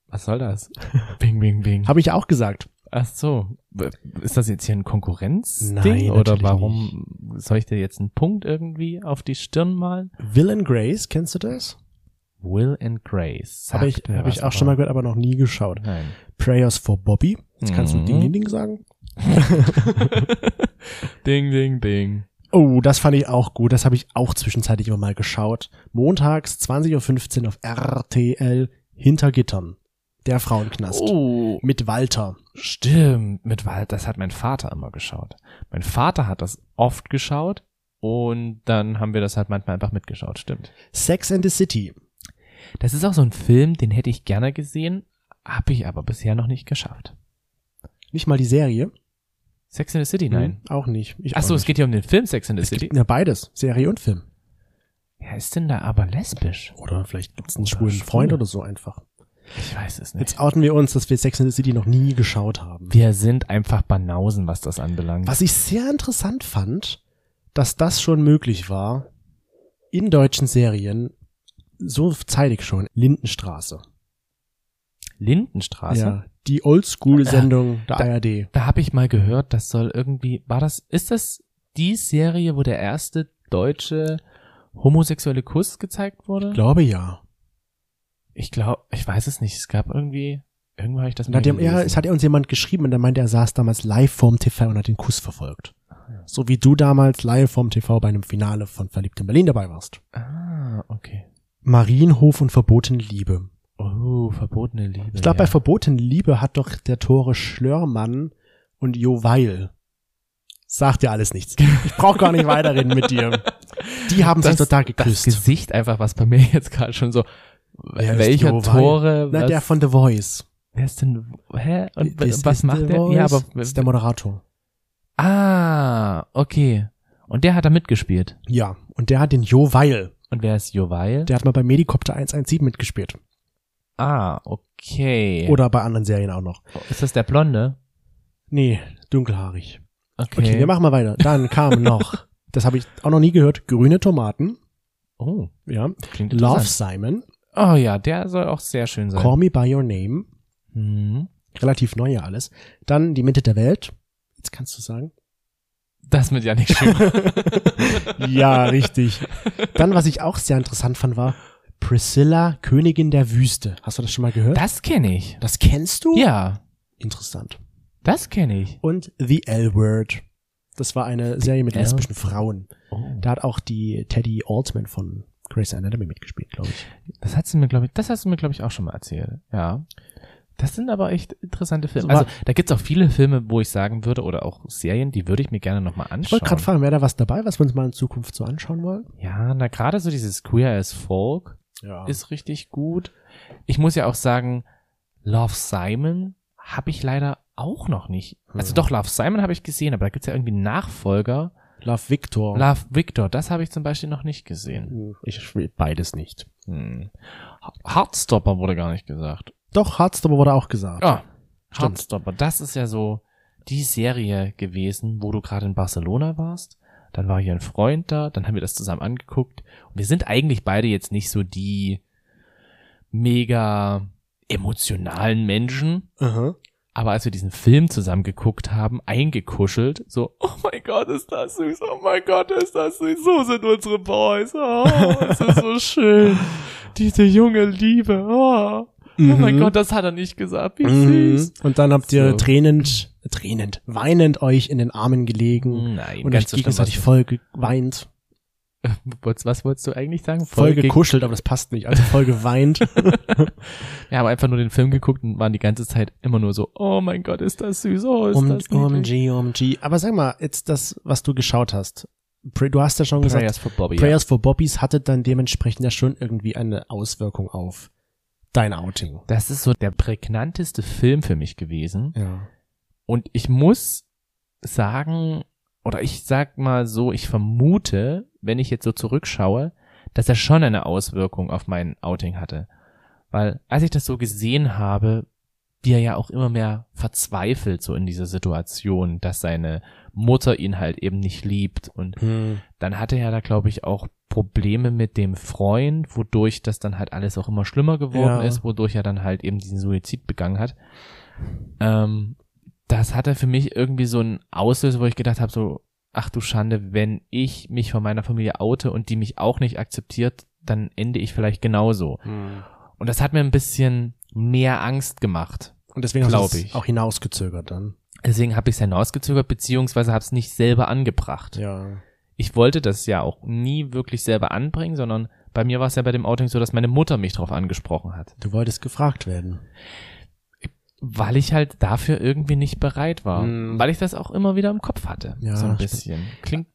Was soll das? bing, bing, bing. Habe ich ja auch gesagt. Ach so. W- Ist das jetzt hier ein Konkurrenzding? Nein, Oder natürlich warum soll ich dir jetzt einen Punkt irgendwie auf die Stirn malen? Will and Grace, kennst du das? Will and Grace. Habe ich, Sagt mir hab ich was, auch schon mal aber- gehört, aber noch nie geschaut. Nein. Prayers for Bobby. Jetzt kannst du Mhm. Ding, Ding, Ding sagen. Ding, ding, ding. Oh, das fand ich auch gut. Das habe ich auch zwischenzeitlich immer mal geschaut. Montags, 20.15 Uhr auf RTL, hinter Gittern. Der Frauenknast. Oh, Mit Walter. Stimmt, mit Wald, das hat mein Vater immer geschaut. Mein Vater hat das oft geschaut und dann haben wir das halt manchmal einfach mitgeschaut, stimmt. Sex and the City. Das ist auch so ein Film, den hätte ich gerne gesehen, habe ich aber bisher noch nicht geschafft. Nicht mal die Serie. Sex in the City, nein. Hm, Auch nicht. Ich Ach so, auch es nicht. geht hier um den Film Sex in the es um City. gibt ja beides, Serie und Film. Wer ist denn da aber lesbisch? Oder vielleicht gibt's einen Oder schwulen schwul. Freund oder so einfach. Ich weiß es nicht. Jetzt outen wir uns, dass wir Sex in the City noch nie geschaut haben. Wir sind einfach Banausen, was das anbelangt. Was ich sehr interessant fand, dass das schon möglich war, in deutschen Serien, so zeitig schon, Lindenstraße. Lindenstraße? Ja, die Oldschool-Sendung der ARD. Ah, Da habe ich mal gehört, das soll irgendwie, war das, ist das die Serie, wo der erste deutsche homosexuelle Kuss gezeigt wurde? Ich glaube ja. Ich glaube, ich weiß es nicht. Es gab irgendwie, irgendwo habe ich das Und hat ihm, ja, es hat ja uns jemand geschrieben und er meinte, er saß damals live vorm TV und hat den Kuss verfolgt. Ah, So wie du damals live vorm TV bei einem Finale von Verliebt in Berlin dabei warst. ah, okay. Marienhof und verbotene Liebe. Oh, verbotene Liebe. Ich glaube, ja. bei verbotene Liebe hat doch der Tore Schlörmann und Jo Weil. Sagt dir alles nichts. Ich brauche gar nicht weiterreden mit dir. Die haben sich das, total das geküsst. Gesicht einfach, was bei mir jetzt gerade schon so, Wer ist welcher Jo Weil? Tore, Na, was, der von The Voice. wer ist denn, hä? Und Das was ist The macht der? Voice, Ja, aber, ist der Moderator. ah, okay. Und der hat da mitgespielt. Ja, und der hat den Jo Weil. Und wer ist Jovail? Der hat mal bei Medikopter 117 mitgespielt. Ah, okay. Oder bei anderen Serien auch noch. ist das der Blonde? Nee, dunkelhaarig. Okay. Okay, wir machen mal weiter. Dann kam noch, das habe ich auch noch nie gehört, grüne Tomaten. oh, Ja. klingt Love interessant. Simon, Oh ja, der soll auch sehr schön sein. Call Me By Your Name. Mhm. Relativ neu ja alles. Dann die Mitte der Welt. Jetzt kannst du sagen. Das mit Janik Schiff. Ja, richtig. Dann, was ich auch sehr interessant fand, war Priscilla, Königin der Wüste. Hast du das schon mal gehört? Das kenne ich. das kennst du? Ja, Interessant. das kenne ich. Und The L-Word. Das war eine Serie mit L- lesbischen Frauen. Oh. Da hat auch die Teddy Altman von Grey's Anatomy mitgespielt, glaube ich. Das hast du mir, glaube ich, das hast du mir, glaube ich, auch schon mal erzählt. Ja. Das sind aber echt interessante Filme. So war- Also, da gibt's auch viele Filme, wo ich sagen würde, oder auch Serien, die würde ich mir gerne nochmal Ich anschauen. wollte gerade fragen, wäre da was dabei, was wir uns mal in Zukunft so anschauen wollen? ja, na, gerade so dieses Queer as Folk. Ja. ist richtig gut. Ich muss ja auch sagen, Love Simon habe ich leider auch noch nicht. Also Hm. doch, Love Simon habe ich gesehen, aber da gibt's ja irgendwie einen Nachfolger. Love Victor. Hm, Love Victor, das habe ich zum Beispiel noch nicht gesehen. ich spiele beides nicht. Hm. Heartstopper wurde gar nicht gesagt. Doch, Hardstopper wurde auch gesagt. Ja, Stimmt. Heartstopper, das ist ja so die Serie gewesen, wo du gerade in Barcelona warst. Dann war hier ein Freund da, dann haben wir das zusammen angeguckt. Und wir sind eigentlich beide jetzt nicht so die mega emotionalen Menschen. Aha. Aber als wir diesen Film zusammen geguckt haben, eingekuschelt, so, oh mein Gott, ist das süß, oh mein Gott, ist das süß, so sind unsere Boys, oh, es ist so schön, diese junge Liebe, oh, oh mein Mhm. Gott, das hat er nicht gesagt, wie Mhm. süß. Und dann habt ihr So. tränend, tränend, weinend euch in den Armen gelegen Nein, und euch gegenseitig voll geweint, was, was wolltest du eigentlich sagen? voll Voll ge- gekuschelt, aber das passt nicht, also voll geweint. Wir haben einfach nur den Film geguckt und waren die ganze Zeit immer nur so, oh mein Gott, ist das süß, oh, ist um, das OMG, niedlich. OMG. Aber sag mal, jetzt das, was du geschaut hast. Pray- Du hast ja schon gesagt, Prayers for Bobby. ja. Prayers for Bobbies hatte dann dementsprechend ja schon irgendwie eine Auswirkung auf dein Outing. Das ist so der prägnanteste Film für mich gewesen. Ja. Und ich muss sagen, oder ich sag mal so, ich vermute, wenn ich jetzt so zurückschaue, dass er schon eine Auswirkung auf mein Outing hatte. Weil als ich das so gesehen habe, wie er ja auch immer mehr verzweifelt so in dieser Situation, dass seine Mutter ihn halt eben nicht liebt und Hm. dann hatte er da, glaube ich, auch Probleme mit dem Freund, wodurch das dann halt alles auch immer schlimmer geworden Ja. ist, wodurch er dann halt eben diesen Suizid begangen hat. Ähm, das hatte für mich irgendwie so einen Auslöser, wo ich gedacht habe, so, ach du Schande, wenn ich mich von meiner Familie oute und die mich auch nicht akzeptiert, dann ende ich vielleicht genauso. Und das hat mir ein bisschen mehr Angst gemacht. Und deswegen hast Glaub du ich. es auch hinausgezögert dann. Deswegen habe ich es hinausgezögert, beziehungsweise habe es nicht selber angebracht. Ja. ich wollte das ja auch nie wirklich selber anbringen, sondern bei mir war es ja bei dem Outing so, dass meine Mutter mich drauf angesprochen hat, Du wolltest gefragt werden. weil ich halt dafür irgendwie nicht bereit war, Hm. weil ich das auch immer wieder im Kopf hatte, Ja, so ein stimmt. bisschen. Klingt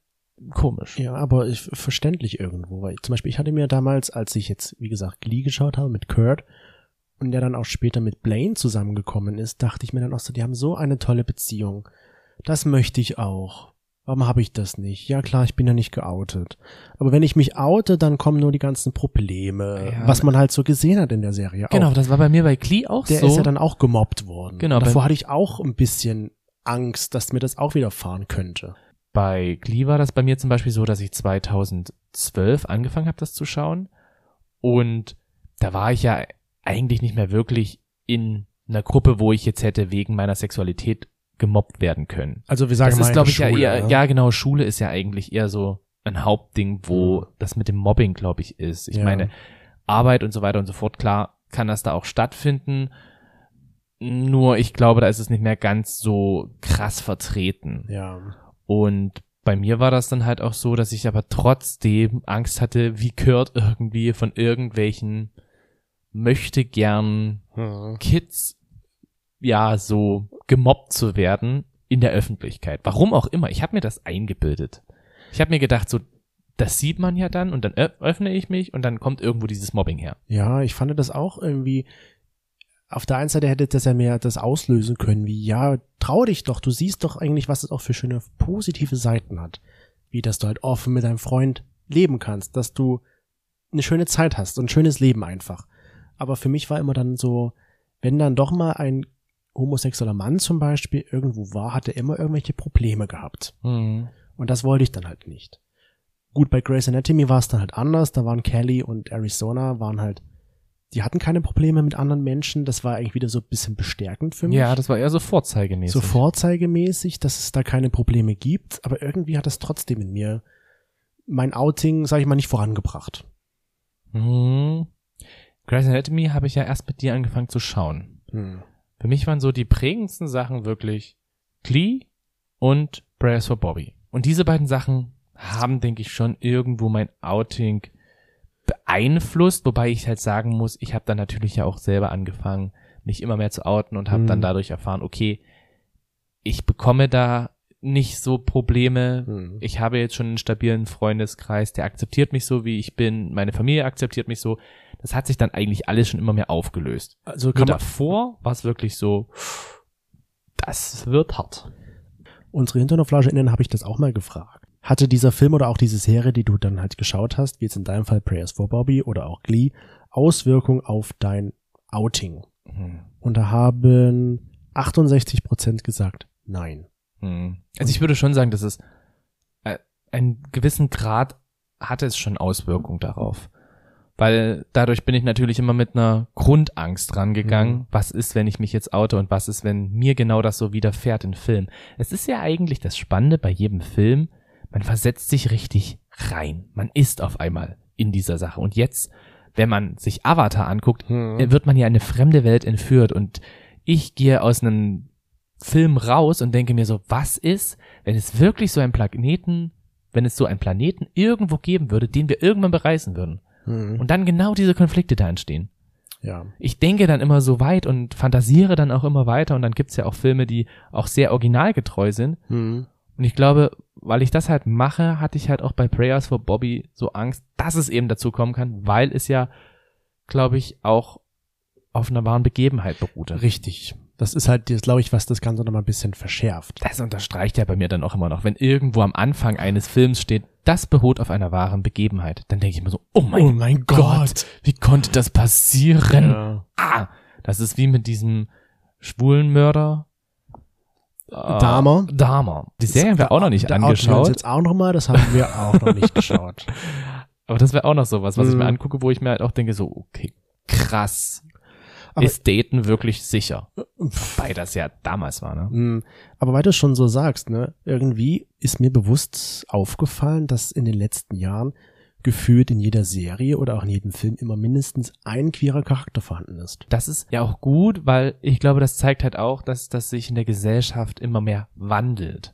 Komisch. Ja, aber ich, verständlich irgendwo. Weil zum Beispiel, ich hatte mir damals, als ich jetzt, wie gesagt, Glee geschaut habe mit Kurt und der dann auch später mit Blaine zusammengekommen ist, dachte ich mir dann auch so, die haben so eine tolle Beziehung. Das möchte ich auch. Warum habe ich das nicht? Ja klar, ich bin ja nicht geoutet. Aber wenn ich mich oute, dann kommen nur die ganzen Probleme, Ja. ne. was man halt so gesehen hat in der Serie. Genau, auch. das war bei mir bei Klee auch Der so. ist ja dann auch gemobbt worden. Genau, Und Davor beim- hatte ich auch ein bisschen Angst, dass mir das auch widerfahren könnte. bei Glee war das bei mir zum Beispiel so, dass ich 2012 angefangen habe, das zu schauen. Und da war ich ja eigentlich nicht mehr wirklich in einer Gruppe, wo ich jetzt hätte wegen meiner Sexualität gemobbt werden können. Also wir sagen das mal ist, glaube ich, Schule, ja eher, ne? ja genau, Schule ist ja eigentlich eher so ein Hauptding, wo Mhm. das mit dem Mobbing, glaube ich, ist. Ich Ja. meine, Arbeit und so weiter und so fort, klar, kann das da auch stattfinden. Nur ich glaube, da ist es nicht mehr ganz so krass vertreten. Ja. Und bei mir war das dann halt auch so, dass ich aber trotzdem Angst hatte, wie Kurt irgendwie von irgendwelchen möchte gern Mhm. Hm. Kids ja so gemobbt zu werden in der Öffentlichkeit. Warum auch immer. Ich habe mir das eingebildet. Ich habe mir gedacht, so das sieht man ja dann und dann ö- öffne ich mich und dann kommt irgendwo dieses Mobbing her. Ja, ich fand das auch irgendwie. Auf der einen Seite hätte das ja mehr das auslösen können, wie ja, trau dich doch, du siehst doch eigentlich, was es auch für schöne positive Seiten hat. Wie, dass du halt offen mit deinem Freund leben kannst, dass du eine schöne Zeit hast und ein schönes Leben einfach. Aber für mich war immer dann so, wenn dann doch mal ein homosexueller Mann zum Beispiel irgendwo war, hat er immer irgendwelche Probleme gehabt. Mhm. Und das wollte ich dann halt nicht. Gut, bei Grey's Anatomy war es dann halt anders. Da waren Kelly und Arizona waren halt, die hatten keine Probleme mit anderen Menschen. Das war eigentlich wieder so ein bisschen bestärkend für mich. Ja, das war eher so vorzeigemäßig. so vorzeigemäßig, dass es da keine Probleme gibt. Aber irgendwie hat das trotzdem in mir mein Outing, sag ich mal, nicht vorangebracht. Mhm. Grey's Anatomy habe ich ja erst mit dir angefangen zu schauen. Für mich waren so die prägendsten Sachen wirklich Glee und Prayers for Bobby. Und diese beiden Sachen haben, denke ich, schon irgendwo mein Outing beeinflusst, wobei ich halt sagen muss, ich habe dann natürlich ja auch selber angefangen, mich immer mehr zu outen und habe Mhm. dann dadurch erfahren, okay, ich bekomme da nicht so Probleme, ich habe jetzt schon einen stabilen Freundeskreis, der akzeptiert mich so, wie ich bin, meine Familie akzeptiert mich so. Das hat sich dann eigentlich alles schon immer mehr aufgelöst. Also Nur kann man, davor war es wirklich so, das wird hart. unsere HinternoflageInnen habe ich das auch mal gefragt. Hatte dieser Film oder auch diese Serie, die du dann halt geschaut hast, wie jetzt in deinem Fall Prayers for Bobby oder auch Glee, Auswirkungen auf dein Outing? Hm. Und da haben 68 Prozent gesagt, nein. Hm. Also ich würde schon sagen, dass es äh, einen gewissen Grad hatte es schon Auswirkungen darauf. Weil dadurch bin ich natürlich immer mit einer Grundangst rangegangen. Mhm. Was ist, wenn ich mich jetzt oute und was ist, wenn mir genau das so widerfährt in Film? Es ist ja eigentlich das Spannende bei jedem Film, man versetzt sich richtig rein. Man ist auf einmal in dieser Sache. Und jetzt, wenn man sich Avatar anguckt, äh, wird man ja in eine fremde Welt entführt und ich gehe aus einem Film raus und denke mir so, was ist, wenn es wirklich so einen Planeten, wenn es so einen Planeten irgendwo geben würde, den wir irgendwann bereisen würden Mhm. und dann genau diese Konflikte da entstehen. Ja. Ich denke dann immer so weit und fantasiere dann auch immer weiter und dann gibt's ja auch Filme, die auch sehr originalgetreu sind Mhm. und ich glaube, weil ich das halt mache, hatte ich halt auch bei Prayers for Bobby so Angst, dass es eben dazu kommen kann, weil es ja, glaube ich, auch auf einer wahren Begebenheit beruhte. Richtig. Das ist halt, glaube ich, was das Ganze nochmal ein bisschen verschärft. Das unterstreicht ja bei mir dann auch immer noch, wenn irgendwo am Anfang eines Films steht, das beruht auf einer wahren Begebenheit, dann denke ich mir so, oh mein, mein Gott. wie konnte das passieren? Ja. Ah, das ist wie mit diesem schwulen Mörder. Äh, Dahmer? Dahmer. Die Serie haben wir auch noch nicht Da outen wir uns angeschaut. jetzt auch nochmal, das haben wir auch noch nicht geschaut. Aber das wäre auch noch sowas, was ich mir Mhm. angucke, wo ich mir halt auch denke, so, okay, krass. Aber- ist Daten wirklich sicher? Wobei das ja damals war, ne? Mhm. Aber weil du es schon so sagst, ne, irgendwie ist mir bewusst aufgefallen, dass in den letzten Jahren gefühlt in jeder Serie oder auch in jedem Film immer mindestens ein queerer Charakter vorhanden ist. Das ist ja auch gut, weil ich glaube, das zeigt halt auch, dass das sich in der Gesellschaft immer mehr wandelt.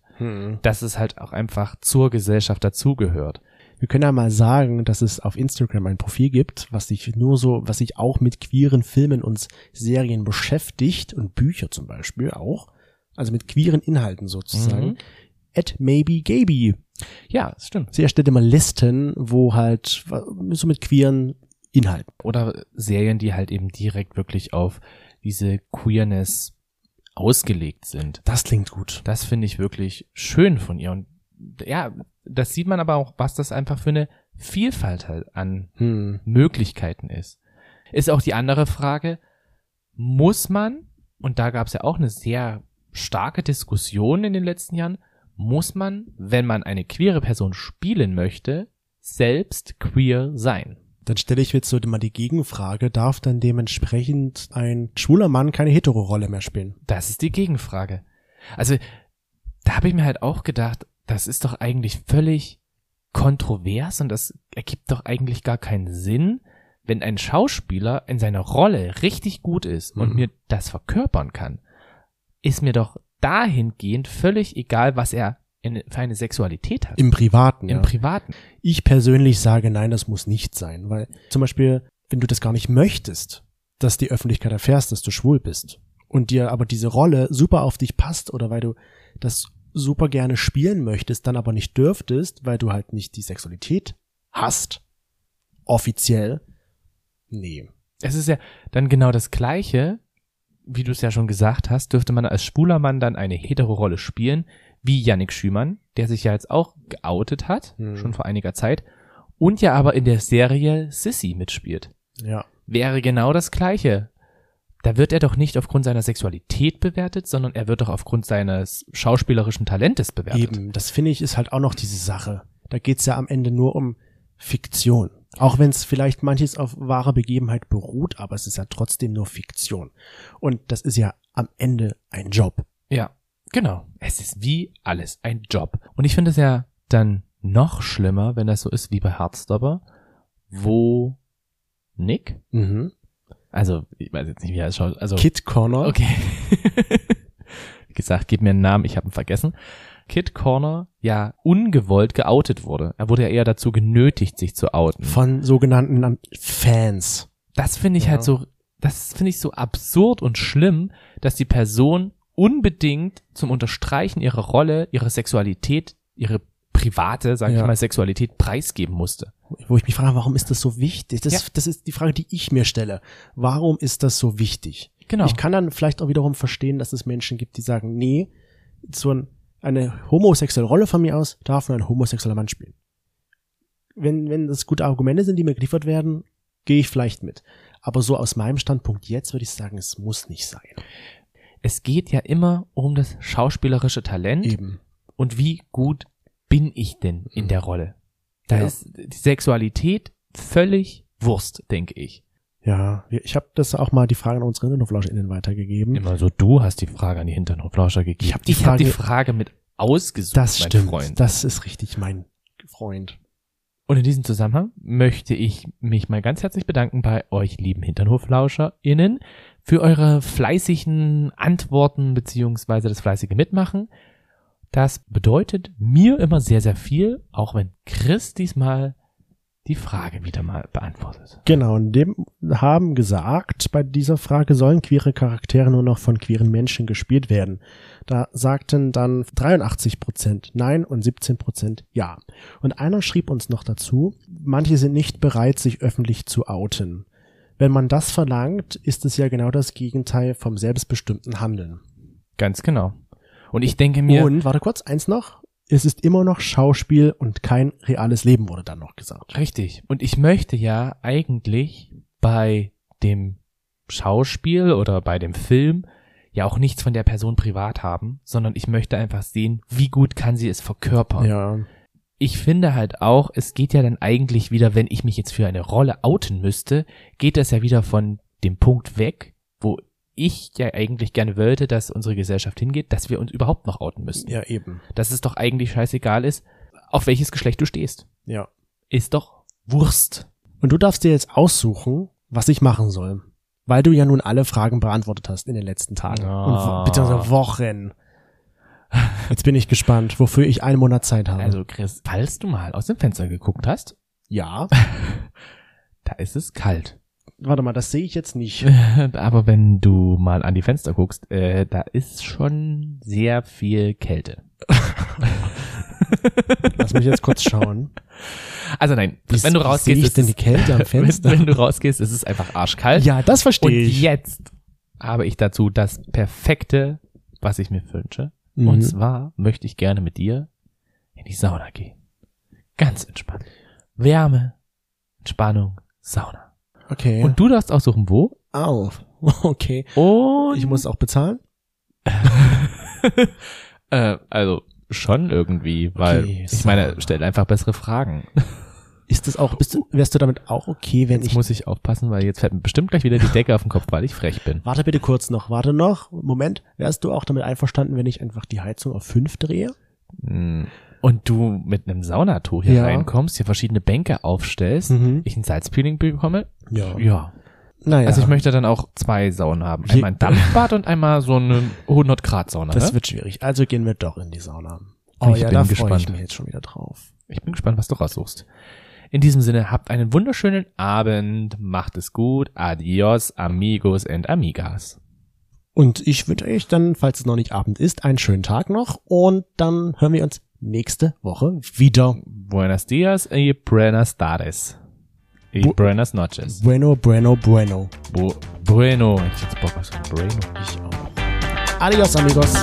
Dass es halt auch einfach zur Gesellschaft dazugehört. Wir können ja mal sagen, dass es auf Instagram ein Profil gibt, was sich nur so, was sich auch mit queeren Filmen und Serien beschäftigt und Bücher zum Beispiel auch. Also mit queeren Inhalten sozusagen. At maybe Gaby Ja, das stimmt. Sie erstellt immer Listen, wo halt wa- so mit queeren Inhalten. Oder Serien, die halt eben direkt wirklich auf diese Queerness ausgelegt sind. Das klingt gut. Das finde ich wirklich schön von ihr. Und ja, das sieht man aber auch, was das einfach für eine Vielfalt halt an Hm. Möglichkeiten ist. Ist auch die andere Frage, muss man, und da gab es ja auch eine sehr starke Diskussion in den letzten Jahren, muss man, wenn man eine queere Person spielen möchte, selbst queer sein? Dann stelle ich jetzt so mal die Gegenfrage, darf dann dementsprechend ein schwuler Mann keine Hetero-Rolle mehr spielen? Das ist die Gegenfrage. Also, da habe ich mir halt auch gedacht, das ist doch eigentlich völlig kontrovers und das ergibt doch eigentlich gar keinen Sinn, wenn ein Schauspieler in seiner Rolle richtig gut ist und Mhm. mir das verkörpern kann, ist mir doch dahingehend völlig egal, was er in, für eine Sexualität hat. Im Privaten, ja. Im Privaten. Ich persönlich sage, nein, das muss nicht sein, weil zum Beispiel, wenn du das gar nicht möchtest, dass die Öffentlichkeit erfährst, dass du schwul bist und dir aber diese Rolle super auf dich passt oder weil du das super gerne spielen möchtest, dann aber nicht dürftest, weil du halt nicht die Sexualität hast, offiziell, nee. Es ist ja dann genau das Gleiche, wie du es ja schon gesagt hast, dürfte man als schwuler Mann dann eine hetero Rolle spielen, wie Yannick Schümann, der sich ja jetzt auch geoutet hat, Hm. schon vor einiger Zeit, und ja aber in der Serie Sissy mitspielt. Ja, Wäre genau das Gleiche. Da wird er doch nicht aufgrund seiner Sexualität bewertet, sondern er wird doch aufgrund seines schauspielerischen Talentes bewertet. eben. Das finde ich ist halt auch noch diese Sache. Da geht's ja am Ende nur um Fiktion. Auch wenn es vielleicht manches auf wahrer Begebenheit beruht, aber es ist ja trotzdem nur Fiktion. Und das ist ja am Ende ein Job. Ja, genau. Es ist wie alles ein Job. Und ich finde es ja dann noch schlimmer, wenn das so ist wie bei Hardstopper, wo Nick, Mhm. also ich weiß jetzt nicht, wie er es schaut, also Kid Corner. okay. wie gesagt, gib mir einen Namen, ich habe ihn vergessen. Kid Corner ja ungewollt geoutet wurde. Er wurde ja eher dazu genötigt, sich zu outen. Von sogenannten An- Fans. Das finde ich Ja. halt so, das finde ich so absurd und schlimm, dass die Person unbedingt zum Unterstreichen ihrer Rolle, ihre Sexualität, ihre private, sage Ja. ich mal, Sexualität preisgeben musste. Wo ich mich frage, warum ist das so wichtig? Das, Ja. das ist die Frage, die ich mir stelle. Warum ist das so wichtig? Genau. Ich kann dann vielleicht auch wiederum verstehen, dass es Menschen gibt, die sagen, nee, so ein, eine homosexuelle Rolle von mir aus darf nur ein homosexueller Mann spielen. Wenn, wenn das gute Argumente sind, die mir geliefert werden, gehe ich vielleicht mit. Aber so aus meinem Standpunkt jetzt würde ich sagen, es muss nicht sein. es geht ja immer um das schauspielerische Talent Eben. Mhm. und wie gut bin ich denn in der Rolle. Da Ja. ist die Sexualität völlig Wurst, denke ich. Ja, wir- ich habe das auch mal die Frage an unsere HinternhoflauscherInnen weitergegeben. Immer so, du hast die Frage an die Hinternhoflauscher gegeben. Mhm. Ich hab die hab Frage- Frage mit ausgesucht, das mein stimmt. Freund. Das ist richtig mein Freund. Und in diesem Zusammenhang möchte ich mich mal ganz herzlich bedanken bei euch, lieben HinternhoflauscherInnen, für eure fleißigen Antworten beziehungsweise das fleißige Mitmachen. Das bedeutet mir immer sehr, sehr viel, auch wenn Chris diesmal die Frage wieder mal beantwortet. Genau, und dem haben gesagt, bei dieser Frage sollen queere Charaktere nur noch von queeren Menschen gespielt werden. Da sagten dann 83% Nein und 17% Ja. Und einer schrieb uns noch dazu, manche sind nicht bereit, sich öffentlich zu outen. Wenn man das verlangt, ist es ja genau das Gegenteil vom selbstbestimmten Handeln. Ganz genau. Und ich denke mir, Und, warte kurz, eins noch. Es ist immer noch Schauspiel und kein reales Leben, wurde dann noch gesagt. Richtig. Und ich möchte ja eigentlich bei dem Schauspiel oder bei dem Film ja auch nichts von der Person privat haben, sondern ich möchte einfach sehen, wie gut kann sie es verkörpern. Ja. Ich finde halt auch, es geht ja dann eigentlich wieder, wenn ich mich jetzt für eine Rolle outen müsste, geht das ja wieder von dem Punkt weg, wo ich ja eigentlich gerne wollte, dass unsere Gesellschaft hingeht, dass wir uns überhaupt noch outen müssen. Ja, eben. Dass es doch eigentlich scheißegal ist, auf welches Geschlecht du stehst. Ja. Ist doch Wurst. Und du darfst dir jetzt aussuchen, was ich machen soll. Weil du ja nun alle Fragen beantwortet hast in den letzten Tagen. Ah. Und wo- beziehungsweise Wochen. Jetzt bin ich gespannt, wofür ich einen Monat Zeit habe. Also Chris, falls du mal aus dem Fenster geguckt hast, ja. da ist es kalt. Warte mal, das sehe ich jetzt nicht. Aber wenn du mal an die Fenster guckst, äh, da ist schon sehr viel Kälte. Lass mich jetzt kurz schauen. Also nein, Wie- wenn du wie sehe rausgehst, ich ist denn es, die Kälte am wenn, Fenster? wenn du rausgehst, ist es einfach arschkalt. Ja, das Und verstehe ich. jetzt habe ich dazu das perfekte, was ich mir wünsche. Mhm. Und zwar möchte ich gerne mit dir in die Sauna gehen. Ganz entspannt. Wärme, Entspannung, Sauna. Okay. Und du darfst aussuchen, wo. au. Okay. Und Ich muss auch bezahlen? äh, also schon irgendwie, weil Okay, ich meine, Sauna. stell einfach bessere Fragen. Ist das auch, bist du, wärst du damit auch okay, wenn Jetzt ich, muss ich aufpassen, weil jetzt fällt mir bestimmt gleich wieder die Decke auf den Kopf, weil ich frech bin. warte bitte kurz noch, warte noch, Moment, wärst du auch damit einverstanden, wenn ich einfach die Heizung auf fünf drehe? Mm. Und du mit einem Saunatuch hier Ja. reinkommst, hier verschiedene Bänke aufstellst, Mhm. ich ein Salzpeeling bekomme. Ja. Ja. Naja. Also ich möchte dann auch zwei Saunen haben. Je- Einmal ein Dampfbad und einmal so eine 100 Grad Sauna. das Ne? wird schwierig. Also gehen wir doch in die Sauna. Oh Ich ja, bin da freue ich gespannt. mich jetzt schon wieder drauf. Ich bin gespannt, was du raussuchst. In diesem Sinne, habt einen wunderschönen Abend, macht es gut, adios, amigos and amigas. Und ich wünsche euch dann, falls es noch nicht Abend ist, einen schönen Tag noch und dann hören wir uns nächste Woche wieder. Buenos dias y buenas tardes. Y Bu- buenas noches. Bueno, bueno, bueno. Bu bueno. Ich hab jetzt Bock auf so ein Bueno. Ich auch. Adios, amigos.